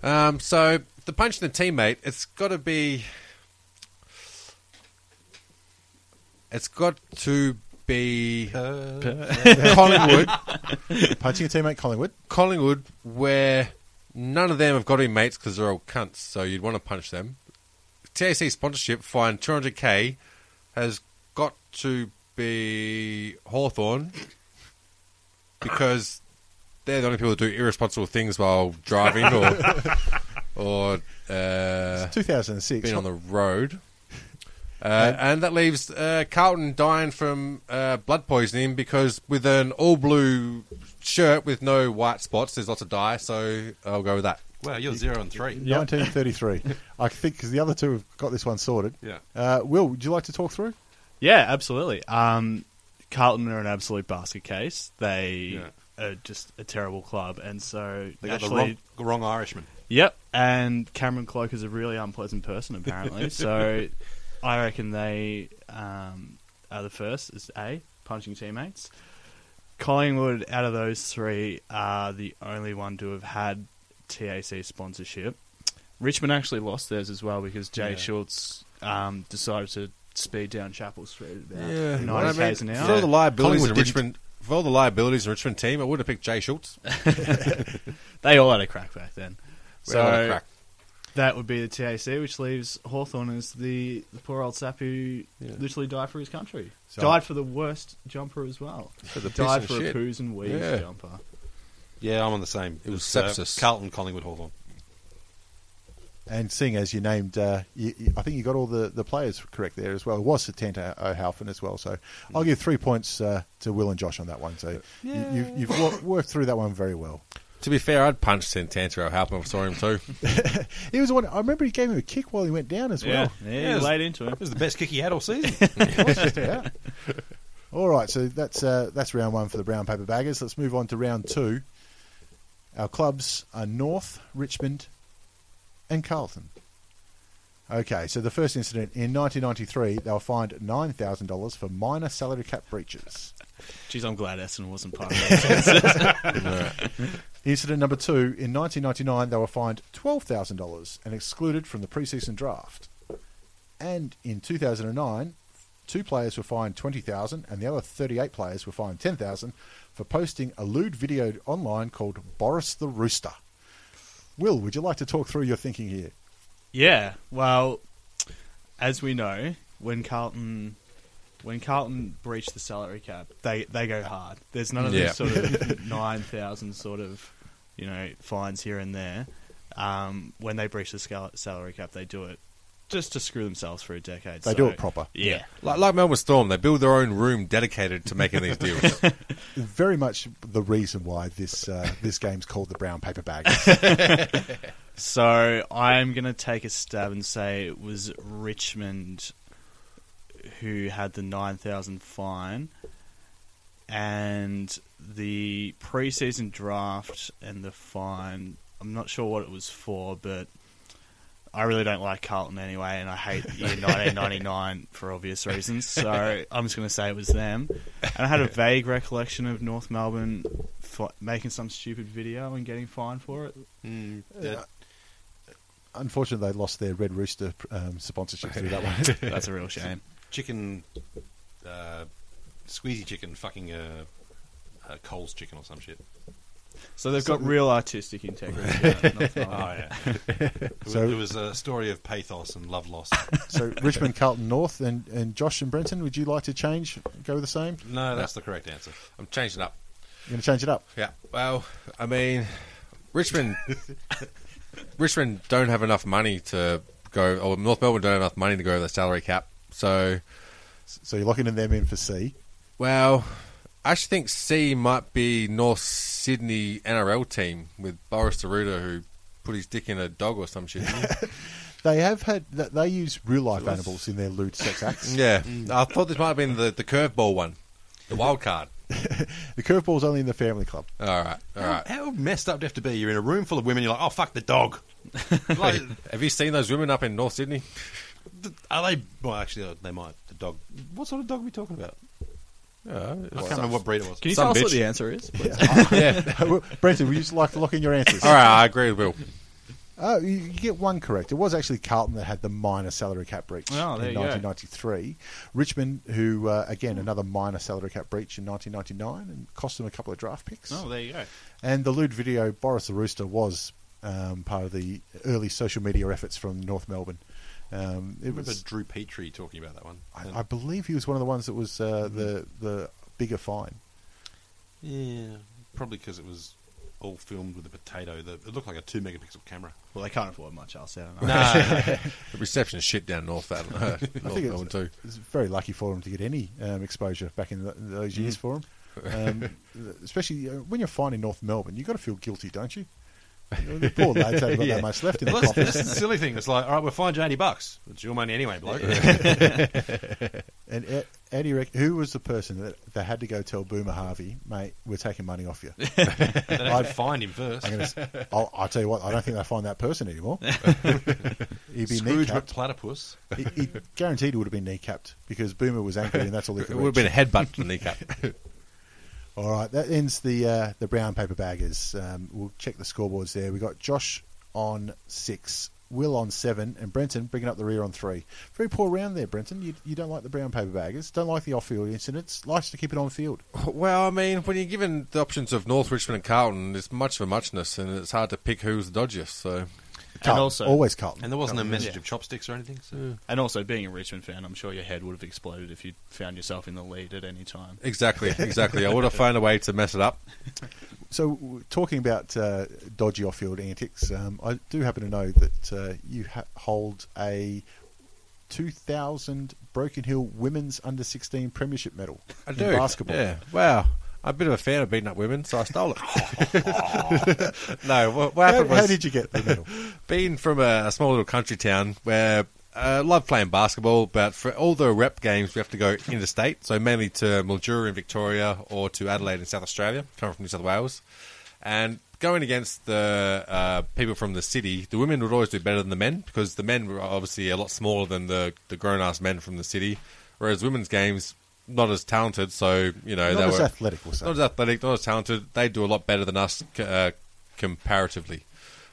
Um, so the punching the teammate, it's got to be, it's got to be Collingwood. Punching a teammate, Collingwood. Collingwood, where none of them have got to be mates because they're all cunts, so you'd want to punch them. TAC sponsorship fine 200k has got to be Hawthorn because they're the only people that do irresponsible things while driving or or uh, 2006. being on the road. Uh, and that leaves uh, Carlton dying from uh, blood poisoning because with an all blue shirt with no white spots, there's lots of dye, so I'll go with that. Wow, you're zero and three. 1933. I think because the other two have got this one sorted. Yeah. Uh, Will, would you like to talk through? Yeah, absolutely. Um, Carlton are an absolute basket case. They are just a terrible club, and so They got the naturally, wrong, wrong Irishman. yep. And Cameron Cloak is a really unpleasant person, apparently. so I reckon they um, are the first. Is A punching teammates. Collingwood, out of those three, are the only one to have had TAC sponsorship. Richmond actually lost theirs as well because Jay Schultz um, decided to speed down Chapel Street at about 90 Well, I mean, k's an hour. For all the liabilities Collingwood in didn't- Richmond, for all the liabilities in Richmond team, I would have picked Jay Schultz. They all had a crack back then. So So that would be the TAC, which leaves Hawthorn as the, the poor old sap who literally died for his country. So- died for the worst jumper as well. For the piss died and for a shit. poos and wees Yeah. jumper. Yeah, I'm on the same. It was It's, uh, sepsis. Carlton, Collingwood, Hawthorn. And seeing as you named, uh, you, you- I think you got all the, the players correct there as well. It was Satanta O'Halfin as well. So Mm. I'll give three points uh, to Will and Josh on that one. So you, you've, you've wor- worked through that one very well. To be fair, I'd punch Santantro help him. I saw him too. He was the one. I remember he gave him a kick while he went down as well. yeah, he Yeah, it's- laid into him. It was the best kick he had all season. Yeah. All right, so that's uh, that's round one for the brown paper baggers. Let's move on to round two. Our clubs are North, Richmond, and Carlton. Okay, so the first incident in 1993, they were fined nine thousand dollars for minor salary cap breaches. Jeez, I'm glad Essendon wasn't part of that. Incident number two in 1999, they were fined twelve thousand dollars and excluded from the preseason draft. And in 2009, two players were fined twenty thousand, and the other 38 players were fined ten thousand for posting a lewd video online called "Boris the Rooster." Will, would you like to talk through your thinking here? yeah, well, as we know, when Carlton when Carlton breached the salary cap, they they go hard. There's none of Yeah. this sort of nine thousand sort of you know fines here and there. Um, when they breach the scal- salary cap, they do it just to screw themselves for a decade. They So- do it proper. Yeah, like, like Melbourne Storm, they build their own room dedicated to making these deals. Very much the reason why this uh, this game's called the brown paper bag. So I'm going to take a stab and say it was Richmond who had the 9,000 fine. And the preseason draft and the fine, I'm not sure what it was for, but I really don't like Carlton anyway, and I hate the year 1999 for obvious reasons. So I'm just going to say it was them. And I had a vague recollection of North Melbourne fi- making some stupid video and getting fined for it. Mm, yeah. Unfortunately, they lost their Red Rooster um, sponsorship through that one. That's a real shame. chicken, uh, squeezy chicken, fucking uh, uh, Coles chicken or some shit. So they've got real artistic integrity. yeah, not Oh, far. yeah. So- it was a story of pathos and love lost. So Richmond, Carlton North, and, and Josh and Brenton, would you like to change? Go with the same? No, No, that's that's the correct answer. I'm changing up. You're going to change it up. Yeah. Well, I mean, Richmond, Richmond don't have enough money to go, or North Melbourne don't have enough money to go over the salary cap. So, So you're locking them in for C. well, I actually think C might be North Sydney NRL team with Boris Deruta, who put his dick in a dog or some shit. didn't They have had th- they use real life animals in their lewd sex acts. he? yeah. I thought this might have been the, the curveball one, the wild card. The curveball's only in the family club. All right. All How, right. how messed up do you have to be? You're in a room full of women. You're like, oh fuck the dog. like, Have you seen those women up in North Sydney? are they? Well, actually, they might. The dog. What sort of dog are we talking about? Yeah. I can't remember what breed it was. Can you Some tell us bitch. what the answer is? please? yeah. Brenton, would you just like to lock in your answers? Uh, All right. I agree with Will. Oh, you, you get one correct. It was actually Carlton that had the minor salary cap breach Oh, there in you go. 1993. Richmond, who uh, again another minor salary cap breach in 1999, and cost them a couple of draft picks. Oh, there you go. And the lewd video, Boris the Rooster, was um, part of the early social media efforts from North Melbourne. Um, I it remember was, Drew Petrie talking about that one. And- I, I believe, he was one of the ones that was uh, Mm-hmm. the the bigger fine. yeah, probably because it was all filmed with a potato. The, it looked like a two megapixel camera. Well, they can't afford much else. I don't know. No, the reception is shit down north. That uh, I north think Melbourne it's, too. it's very lucky for him to get any um, exposure back in th those years Mm. for him. Um, especially uh, when you're fine in North Melbourne, you've got to feel guilty, don't you? The poor lads haven't got Yeah. that much left in the Well, that's, that's coffers. the silly thing. It's like, all right, we'll find you eighty bucks. It's your money anyway, bloke. And Ed- Eddie, Rick, who was the person that they had to go tell Boomer Harvey, mate, we're taking money off you? they don't find him 1st I'm gonna, s- I'll, I'll tell you what, I don't think they find that person anymore. He'd be Scrooge kneecapped. McPlatypus. He, he guaranteed would have been kneecapped because Boomer was angry and that's all he could It would have reach. been a headbutt to the kneecap. All right, that ends the uh, the brown paper baggers. Um, we'll check the scoreboards there. We got Josh on six, Will on seven, and Brenton bringing up the rear on three. Very poor round there, Brenton. You, you don't like the brown paper baggers. Don't like the off field incidents. Likes to keep it on field. well, I mean, when you're given the options of North Richmond and Carlton, it's much of a muchness, and it's hard to pick who's the dodgiest. So, Carlton, also- always Carlton. And there wasn't a message Yeah. of chopsticks or anything. So. And also, being a Richmond fan, I'm sure your head would have exploded if you found yourself in the lead at any time. exactly, exactly. I would have found a way to mess it up. So, w- talking about uh, dodgy off field antics, um, I do happen to know that uh, you ha- hold a 2000 Broken Hill Women's Under 16 Premiership medal I in do. basketball. Yeah. Wow. I'm a bit of a fan of beating up women, so I stole it. no, what, what How, happened was how did you get the medal? being from a, a small little country town where I love playing basketball, but for all the rep games, we have to go interstate, so mainly to Mildura in Victoria or to Adelaide in South Australia, coming from New South Wales. And going against the uh, people from the city, the women would always do better than the men because the men were obviously a lot smaller than the, the grown ass men from the city, whereas women's games, not as talented, so, you know, Not they as were athletic, we'll say. not as athletic, not as talented. They do a lot better than us c- uh, comparatively.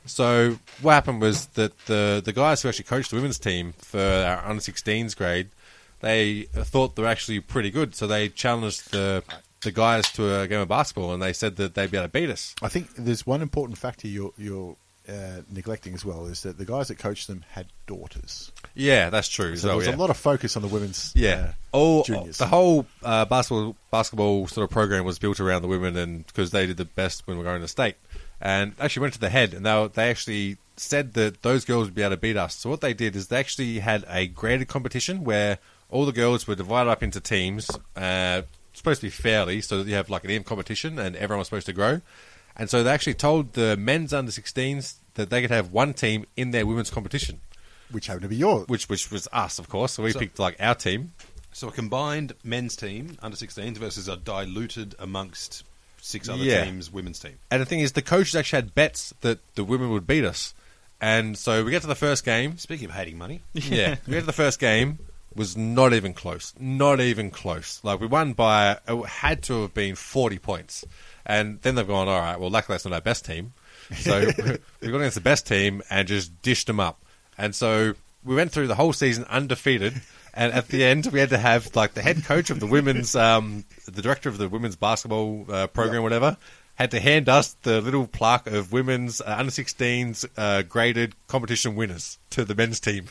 So what happened was that the the guys who actually coached the women's team for our under 16s grade, they thought they were actually pretty good. So they challenged the the guys to a game of basketball, and they said that they'd be able to beat us. I think there's one important factor you're, you're uh, neglecting as well is that the guys that coached them had daughters. Yeah, that's true. So there was yeah. a lot of focus on the women's Yeah. uh, All juniors. the whole uh, basketball basketball sort of program was built around the women, and because they did the best when we were going to state, and actually went to the head, and they were, they actually said that those girls would be able to beat us. So what they did is they actually had a graded competition where all the girls were divided up into teams, uh, supposed to be fairly, so that you have like an in competition, and everyone was supposed to grow. And so they actually told the men's under 16s that they could have one team in their women's competition, which happened to be yours. which which was us, of course. So we So- picked like our team. So a combined men's team under 16s versus a diluted amongst six other Yeah. teams women's team. And the thing is, the coaches actually had bets that the women would beat us. And so we get to the first game. Speaking of hating money, Yeah, we get to the first game. Was not even close. Not even close. Like we won by it had to have been forty points. And then they've gone. All right. Well, luckily that's not our best team. So we got against the best team and just dished them up. And so we went through the whole season undefeated. And at the end, we had to have like the head coach of the women's, um, the director of the women's basketball uh, program, whatever, had to hand us the little plaque of women's uh, under 16s uh, graded competition winners to the men's team.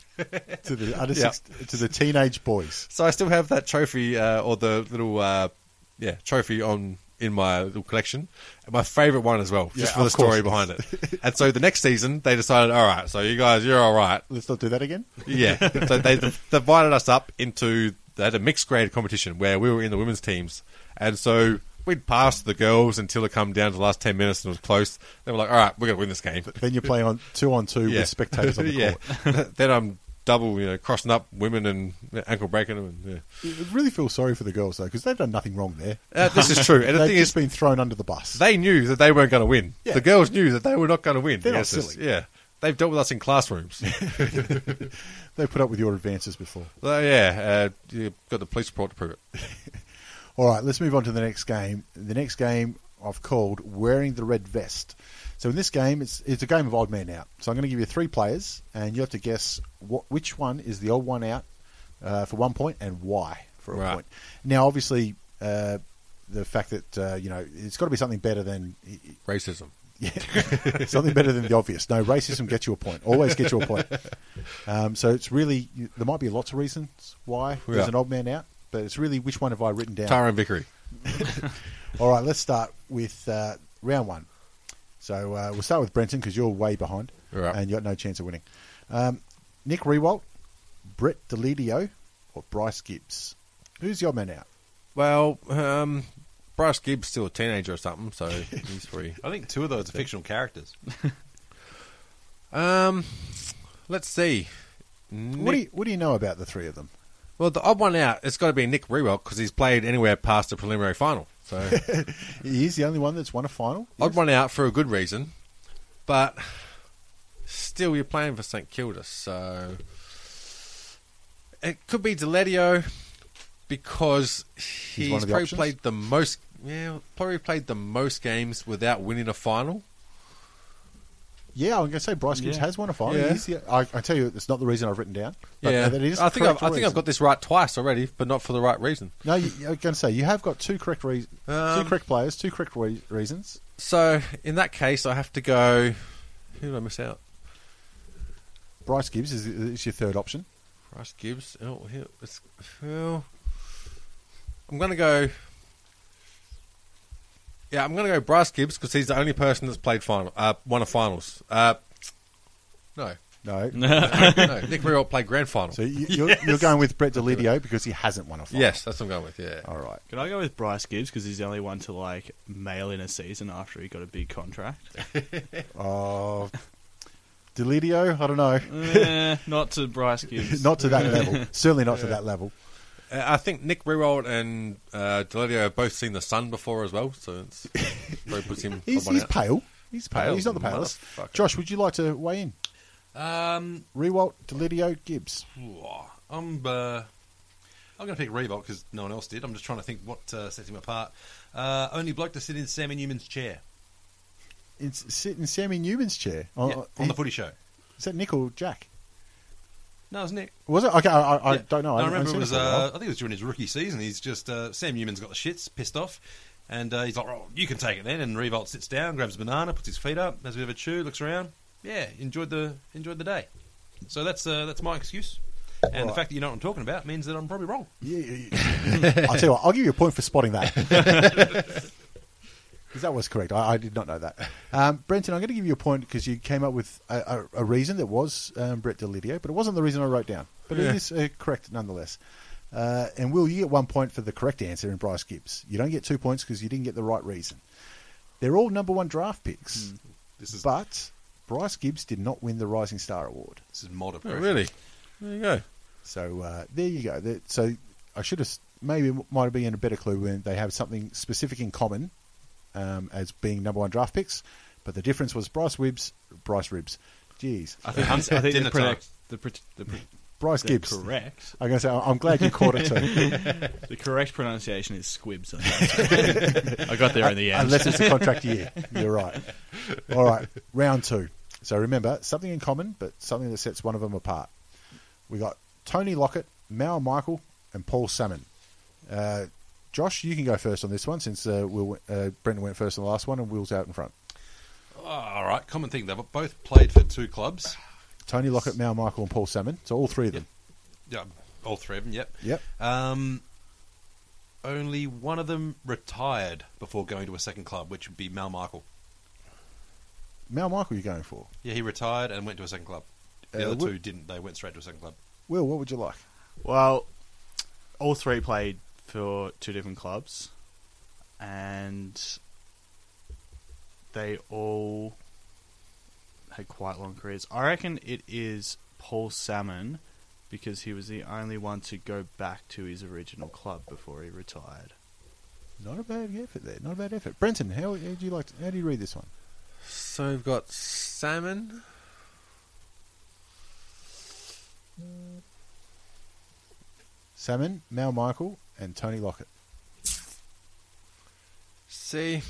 to the under Yeah. six, to the teenage boys. So I still have that trophy uh, or the little uh, yeah trophy on in my little collection. And my favourite one as well, just Yeah, for the of course story behind it. and so the next season they decided, all right, so you guys, you're all right. Let's not do that again. Yeah. so they d- divided us up into they had a mixed grade competition where we were in the women's teams, and so we'd pass the girls until it come down to the last ten minutes and it was close. They were like, all right, we're gonna win this game. Then you play on two on two Yeah. with spectators on the court. then I'm double, you know, crossing up women and yeah, ankle breaking them. And, yeah. I really feel sorry for the girls though, because they've done nothing wrong there. Uh, this is true. And the They've thing just is, been thrown under the bus. they knew that they weren't going to win. Yeah. The girls knew that they were not going to win. They're not against us. silly. Yeah. They've dealt with us in classrooms. They've put up with your advances before. so, yeah, uh, you've got the police report to prove it. All right, let's move on to the next game. The next game I've called Wearing the Red Vest. So in this game, it's it's a game of odd man out. So I'm going to give you three players, and you have to guess what which one is the odd one out uh, for one point and why for a Right. point. Now, obviously, uh, the fact that uh, you know it's got to be something better than Racism. yeah, something better than the obvious. No, racism gets you a point. Always gets you a point. Um, so it's really you- there might be lots of reasons why there's Yeah. an odd man out, but it's really which one have I written down? Tyrone Vickery. All right, let's start with uh, round one. So uh, we'll start with Brenton because you're way behind All right. and you got no chance of winning. Um, Nick Rewalt, Brett Delidio, or Bryce Gibbs. Who's your man out? Well, um, Bryce Gibbs still a teenager or something, so he's free. I think two of those are fictional characters. Um, let's see. Nick- What do you What do you know about the three of them? well, the odd one out, it's got to be Nick Rewell because he's played anywhere past the preliminary final. So He's the only one that's won a final. odd one out for a good reason, but still you're playing for St Kilda, so it could be Deledio because he's, one of the probably options? played the most. Yeah, probably played the most games without winning a final. Yeah, I'm going to say Bryce Gibbs Yeah. has won a final. Yeah. He's the- I, I tell you, it's not the reason I've written down. but yeah, that is I think I've, I think I've the. correct reason. got this right twice already, but not for the right reason. No, you, you're going to say you have got two correct reasons, Um, two correct players, two correct re- reasons. So in that case, I have to go. Who did I miss out? Bryce Gibbs is, is your third option. Bryce Gibbs. Oh, he- it's, well, I'm going to go. Yeah, I'm going to go Bryce Gibbs because he's the only person that's played final, uh, won a finals. Uh, no, No, no, no. Nick Rewalt played grand final. So you, you're, you're going with Brett Delidio because he hasn't won a final. yes, that's what I'm going with. Yeah. All right. Can I go with Bryce Gibbs because he's the only one to like mail in a season after he got a big contract? Oh, Delidio, I don't know. Eh, not to Bryce Gibbs. not to that level. Certainly not to that level. Uh, I think Nick Rewalt and uh, Deledio have both seen the sun before as well, so it's probably puts him. He's, someone he's out. pale. He's pale. Pale He's not the palest. motherfucker. Josh, would you like to weigh in? Um, Rewalt, Delidio, Gibbs. I'm uh, I'm going to pick Reebok because no one else did. I'm just trying to think what uh, sets him apart. Uh, only bloke to sit in Sammy Newman's chair It's sit in Sammy Newman's chair. Oh, Yeah, oh, on the he- footy show. Is that Nick or Jack? No, it was Nick. Was it? Okay, I, I, I Yeah. don't know. No, I, haven't- remember it haven't was. seen for a Uh, while. I think it was during his rookie season. He's just uh, Sam Newman's got the shits, pissed off, and uh, he's like, "Oh, you can take it then." And Revolt sits down, grabs a banana, puts his feet up, has a bit of a chew, looks around. Yeah, enjoyed the enjoyed the day. So that's uh, that's my excuse. And the Alright. fact that you know what I'm talking about means that I'm probably wrong. Yeah, yeah, yeah. I'll tell you what, I'll give you a point for spotting that. Because that was correct. I, I did not know that. Um, Brenton, I'm going to give you a point because you came up with a, a, a reason that was um, Brett Delidio, but it wasn't the reason I wrote down. But Yeah. it is uh, correct nonetheless. Uh, and Will, you get one point for the correct answer in Bryce Gibbs. You don't get two points because you didn't get the right reason. They're all number one draft picks, This is but Bryce Gibbs did not win the Rising Star Award. this is mod Oh, oppression. really? There you go. So uh, there you go. That- So I should have maybe it might have been a better clue when they have something specific in common um, as being number one draft picks, but the difference was Bryce Wibbs, Bryce Ribs, jeez, I think, I Dinner think the, time. product, the, pro- the, pro- Bryce the Gibbs. correct. I'm going to say I'm glad you caught it too, The correct pronunciation is squibs. I think. I got there in the end. unless it's a contract year. You're right. All right, round two. So remember something in common, but something that sets one of them apart. We got Tony Lockett, Mal Michael, and Paul Salmon. Uh, Josh, you can go first on this one since uh, Will, uh, Brendan went first on the last one and Will's out in front. Oh, all right, common thing. They've both played for two clubs. Tony Lockett, Mal Michael, and Paul Salmon. So all three of them. Yeah, all three of them. Yep. Yep. Um, only one of them retired before going to a second club, which would be Mal Michael. Mal Michael, you're going for. Yeah, he retired and went to a second club. The Uh, other Wi- two didn't. They went straight to a second club. Will, what would you like? Well, all three played for two different clubs, and they all had quite long careers. I reckon it is Paul Salmon because he was the only one to go back to his original club before he retired. Not a bad effort there. Not a bad effort. Brenton, how, how do you like? To, how do you read this one? So we've got Salmon. Salmon, Mal Michael, and Tony Lockett. See,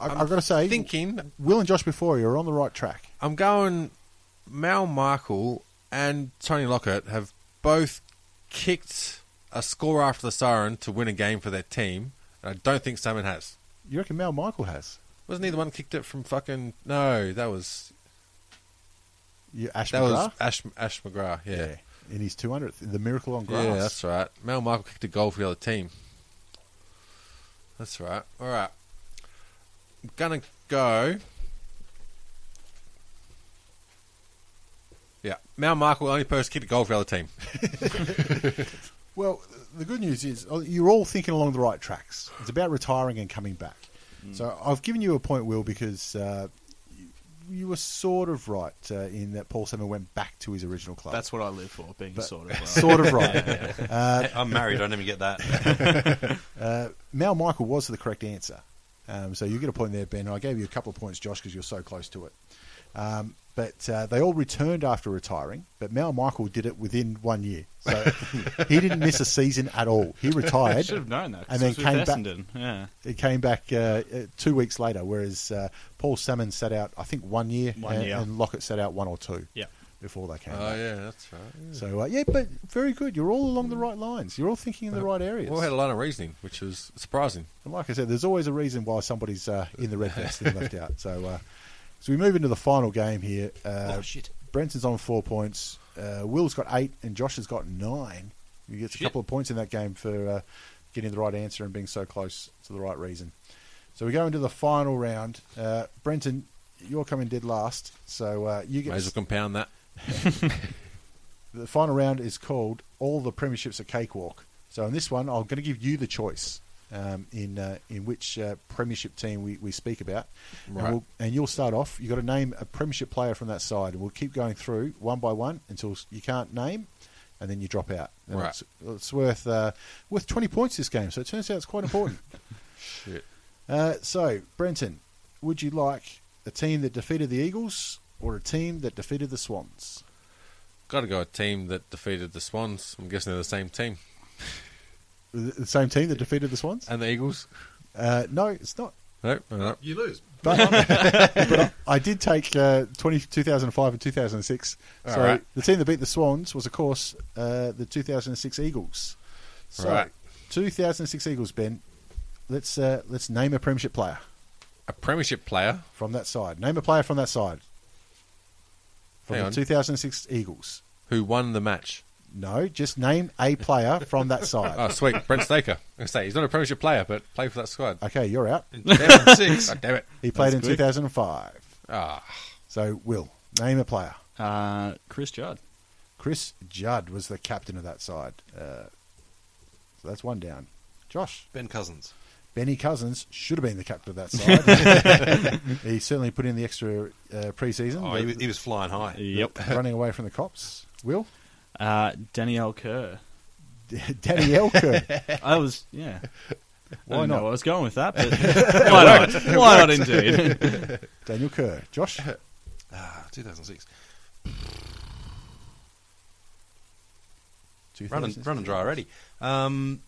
I, I'm I've got to say, thinking Will and Josh before you are on the right track. I'm going Mal Michael and Tony Lockett have both kicked a score after the siren to win a game for their team, and I don't think Salmon has. You reckon Mal Michael has? Wasn't he the one kicked it from fucking? No, that was You, Ash that McGrath? was Ash Ash McGrath. Yeah, in his 200th, in the miracle on yeah, grass. that's right. Mal Michael kicked a goal for the other team. That's right. All right, I'm gonna go. Yeah, Mal Michael, only person kicked a goal for the other team. Well, the good news is uh, you're all thinking along the right tracks. It's about retiring and coming back. Mm. So I've given you a point, Will, because uh, you, you were sort of right uh, in that Paul Summer went back to his original club. That's what I live for, being But- sort of. right. sort of right. I'm married. I don't even get that. uh, Mal Michael was the correct answer. Um, so you get a point there, Ben. I gave you a couple of points, Josh, because you're so close to it. Um, but uh, they all returned after retiring, but Mal Michael did it within one year. So he didn't miss a season at all. He I retired. should have known that. And And then then came back- Yeah, it came back uh, uh, two weeks later, whereas uh, Paul Salmon sat out, I think, one year, One and, year. and Lockett sat out one or two yeah. before they came Oh back. yeah, that's right. So, uh, yeah, but very good. You're all along the right lines. You're all thinking in the right areas. Well, we had a lot of reasoning, which was surprising. and like I said, there's always a reason why somebody's uh, in the red vest and left out. So, uh, so we move into the final game here. Uh, oh shit! Brenton's on four points. Uh, Will's got eight, and Josh has got nine. He gets a Shit. couple of points in that game for uh, getting the right answer and being so close to the right reason. So we go into the final round. Uh, Brenton, you're coming dead last, so uh, you May get as well compound that. the final round is called "All the Premierships a Cakewalk." So in this one, I'm going to give you the choice um, in uh, in which uh, Premiership team we, we speak about, Right. and, we'll, and you'll start off. You've got to name a Premiership player from that side, and we'll keep going through one by one until s- you can't name, and then you drop out. And Right. It's, it's worth uh, worth 20 points this game, so it turns out it's quite important. Shit. uh, so Brenton, would you like a team that defeated the Eagles or a team that defeated the Swans? Got to go a team that defeated the Swans. I'm guessing they're the same team. The the same team that defeated the Swans? And the Eagles? Uh, no, it's not. Nope. nope. You lose. But, but I, I did take uh, 20, 2005 and 2006. All so right. the team that beat the Swans was, of course, uh, the 2006 Eagles. So Right. 2006 Eagles, Ben. Let's uh, let's name a premiership player A Premiership player. from that side. Name a player from that side. From Hang the on. 2006 Eagles. Who won the match? No, just name a player from that side. Oh, sweet. Brent Staker. I say he's not a Premiership player, but played for that squad. Okay, you're out. damn it. Six. God damn it. He played That's in quick. 2005. Ah, So, Will, name a player. Uh, Chris Judd. Chris Judd was the captain of that side. Uh, so that's one down. Josh, Ben Cousins. Benny Cousins should have been the captain of that side. he certainly put in the extra uh, pre-season, Oh, but he was, he was flying high. Yep. running away from the cops. Will? Uh, Danielle Kerr. Danny Elker. I was, yeah. Why I didn't know not? where I was going with that, but why not? Why not indeed? Daniel Kerr. Josh? Ah, 2006. 2000. Run and, run and dry already. Um,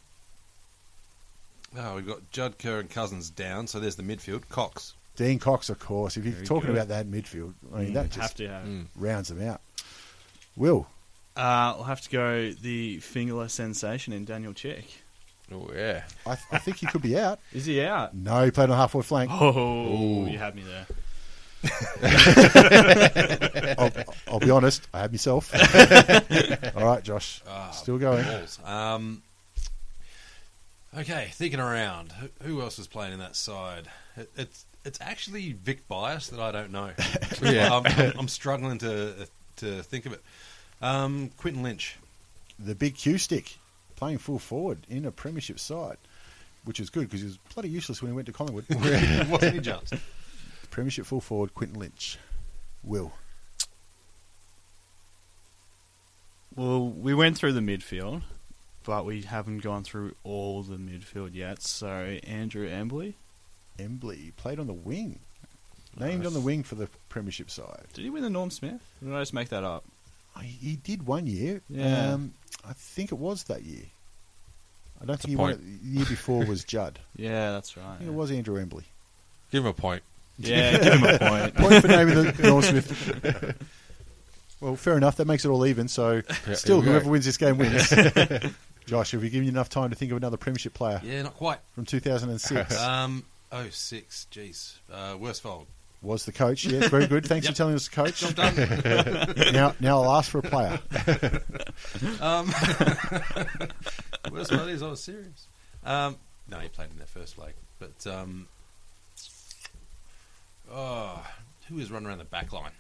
oh, we've got Judd Kerr and Cousins down, so there's the midfield. Cox. Dean Cox, of course. If you're Very talking good. about that midfield, I mean, that have just to have. mm. rounds them out. Will? Uh, I'll have to go the fingerless sensation in Daniel Chick. Oh yeah. I, th- I think he could be out. Is he out? No, he played on halfway flank. Oh, you had me there. I'll, I'll be honest, I had myself. All right, Josh, Ah. still going. Balls. Um, okay, thinking around, who, who else was playing in that side? It, it's it's actually Vic Bias that I don't know. Yeah. I'm, I'm, I'm struggling to to think of it. Um, Quentin Lynch. The big Q stick playing full forward in a Premiership side, which is good because he was bloody useless when he went to Collingwood. Wasn't he just? Premiership full forward Quinton Lynch. Will Well, we went through the midfield, but we haven't gone through all the midfield yet. So Andrew Embley, Embley played on the wing, named Nice. on the wing for the Premiership side. did he win the Norm Smith? Or Did I just make that up? I, he did one year. Yeah. Um, I think it was that year. I don't a think he won it. point. The year before was Judd. Yeah, that's I right. think it was Andrew Embley. Give him a point. Yeah, give him a point. Point for naming the Norm Smith. Well, fair enough. That makes it all even. So, Yeah, still, here we go. whoever wins this game wins. Josh, have we given you enough time to think of another Premiership player Yeah, not quite. from 2006? Um, oh six, jeez, uh, Westfold. was the coach? Yeah, very good. Thanks for Yep. telling us, the coach. Job done. now, now I'll ask for a player. um, Westfold is. I was serious. Um, no, he played in their first leg, but um, oh, who is running around the back line?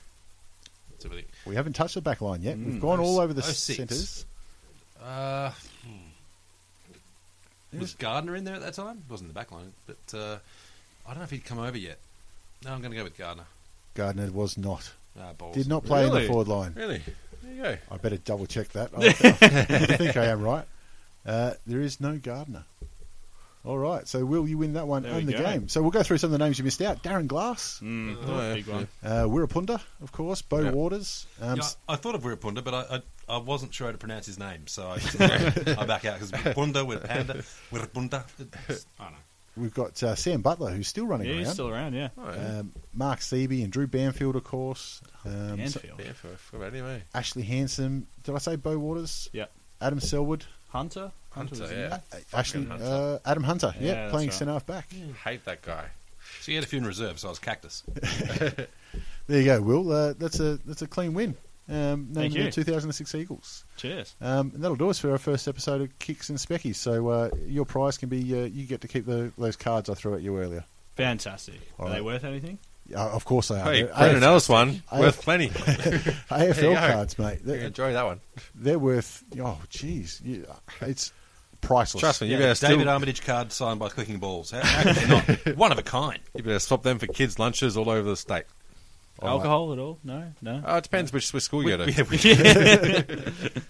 Let's have a look. We haven't touched the back line yet. We've Mm, gone oh, all over the oh, six. centres. Uh, hmm. was Gardner in there at that time? Wasn't in the back line, but uh, I don't know if he'd come over yet. No, I'm going to go with Gardner. Gardner was not. Ah, balls. Did not play in the Really? forward line. Really? There you go. I better double check that. I, I think I am right. Uh, there is no Gardner. All right. So, Will, you win that one There and the we go. game. So, we'll go through some of the names you missed out. Darren Glass, Mm, Oh, yeah. big one. uh, Wirapunda, of course, Bo Yep. Waters. Um, Yeah, s- I I thought of Wirapunda, but I, I, I wasn't sure how to pronounce his name, so I, I back out because Wirapunda with panda, Wirapunda. it's- I don't know. We've got uh, Sam Butler, who's still running Yeah, around. he's still around. Yeah, Oh, yeah. um, Mark Seaby and Drew Banfield, of course. Oh, Um, so- Anfield, yeah, I forgot about him, eh? Ashley Hanson. Did I say Bo Waters? Yeah. Adam Selwood. Hunter, Hunter, was in yeah. there? Ashley, Hunter. uh, Adam Hunter, yeah, Yeah, that's playing right. centre half back. Hate that guy. So he had a few in reserve, so I was cactus. There you go, Will. Uh, that's a that's a clean win. Um, Thank naming the you. 2006 Eagles. Cheers. Um, and that'll do us for our first episode of Kicks and Speckies. So uh, your prize can be uh, you get to keep the, those cards I threw at you earlier. Fantastic. All Are right. they worth anything? Yeah, of course they are. Hey, They're Brendan AF- Ellis one. I- Worth plenty. AFL There you go. cards, mate. They're, Enjoy that one. they're worth. Oh, jeez, yeah, it's priceless. Trust me, you better David still, Armitage card signed by clicking balls. How, how could they not? One of a kind. you better swap them for kids' lunches all over the state. All right. Alcohol at all? No, no. Oh, it depends which Swiss school you go to. Yeah, we-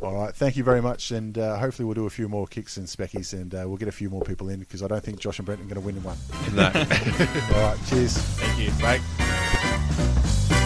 All right, thank you very much, and uh, hopefully we'll do a few more kicks and speckies, and uh, we'll get a few more people in because I don't think Josh and Brent are going to win in one. No. All right, cheers. Thank you. Right.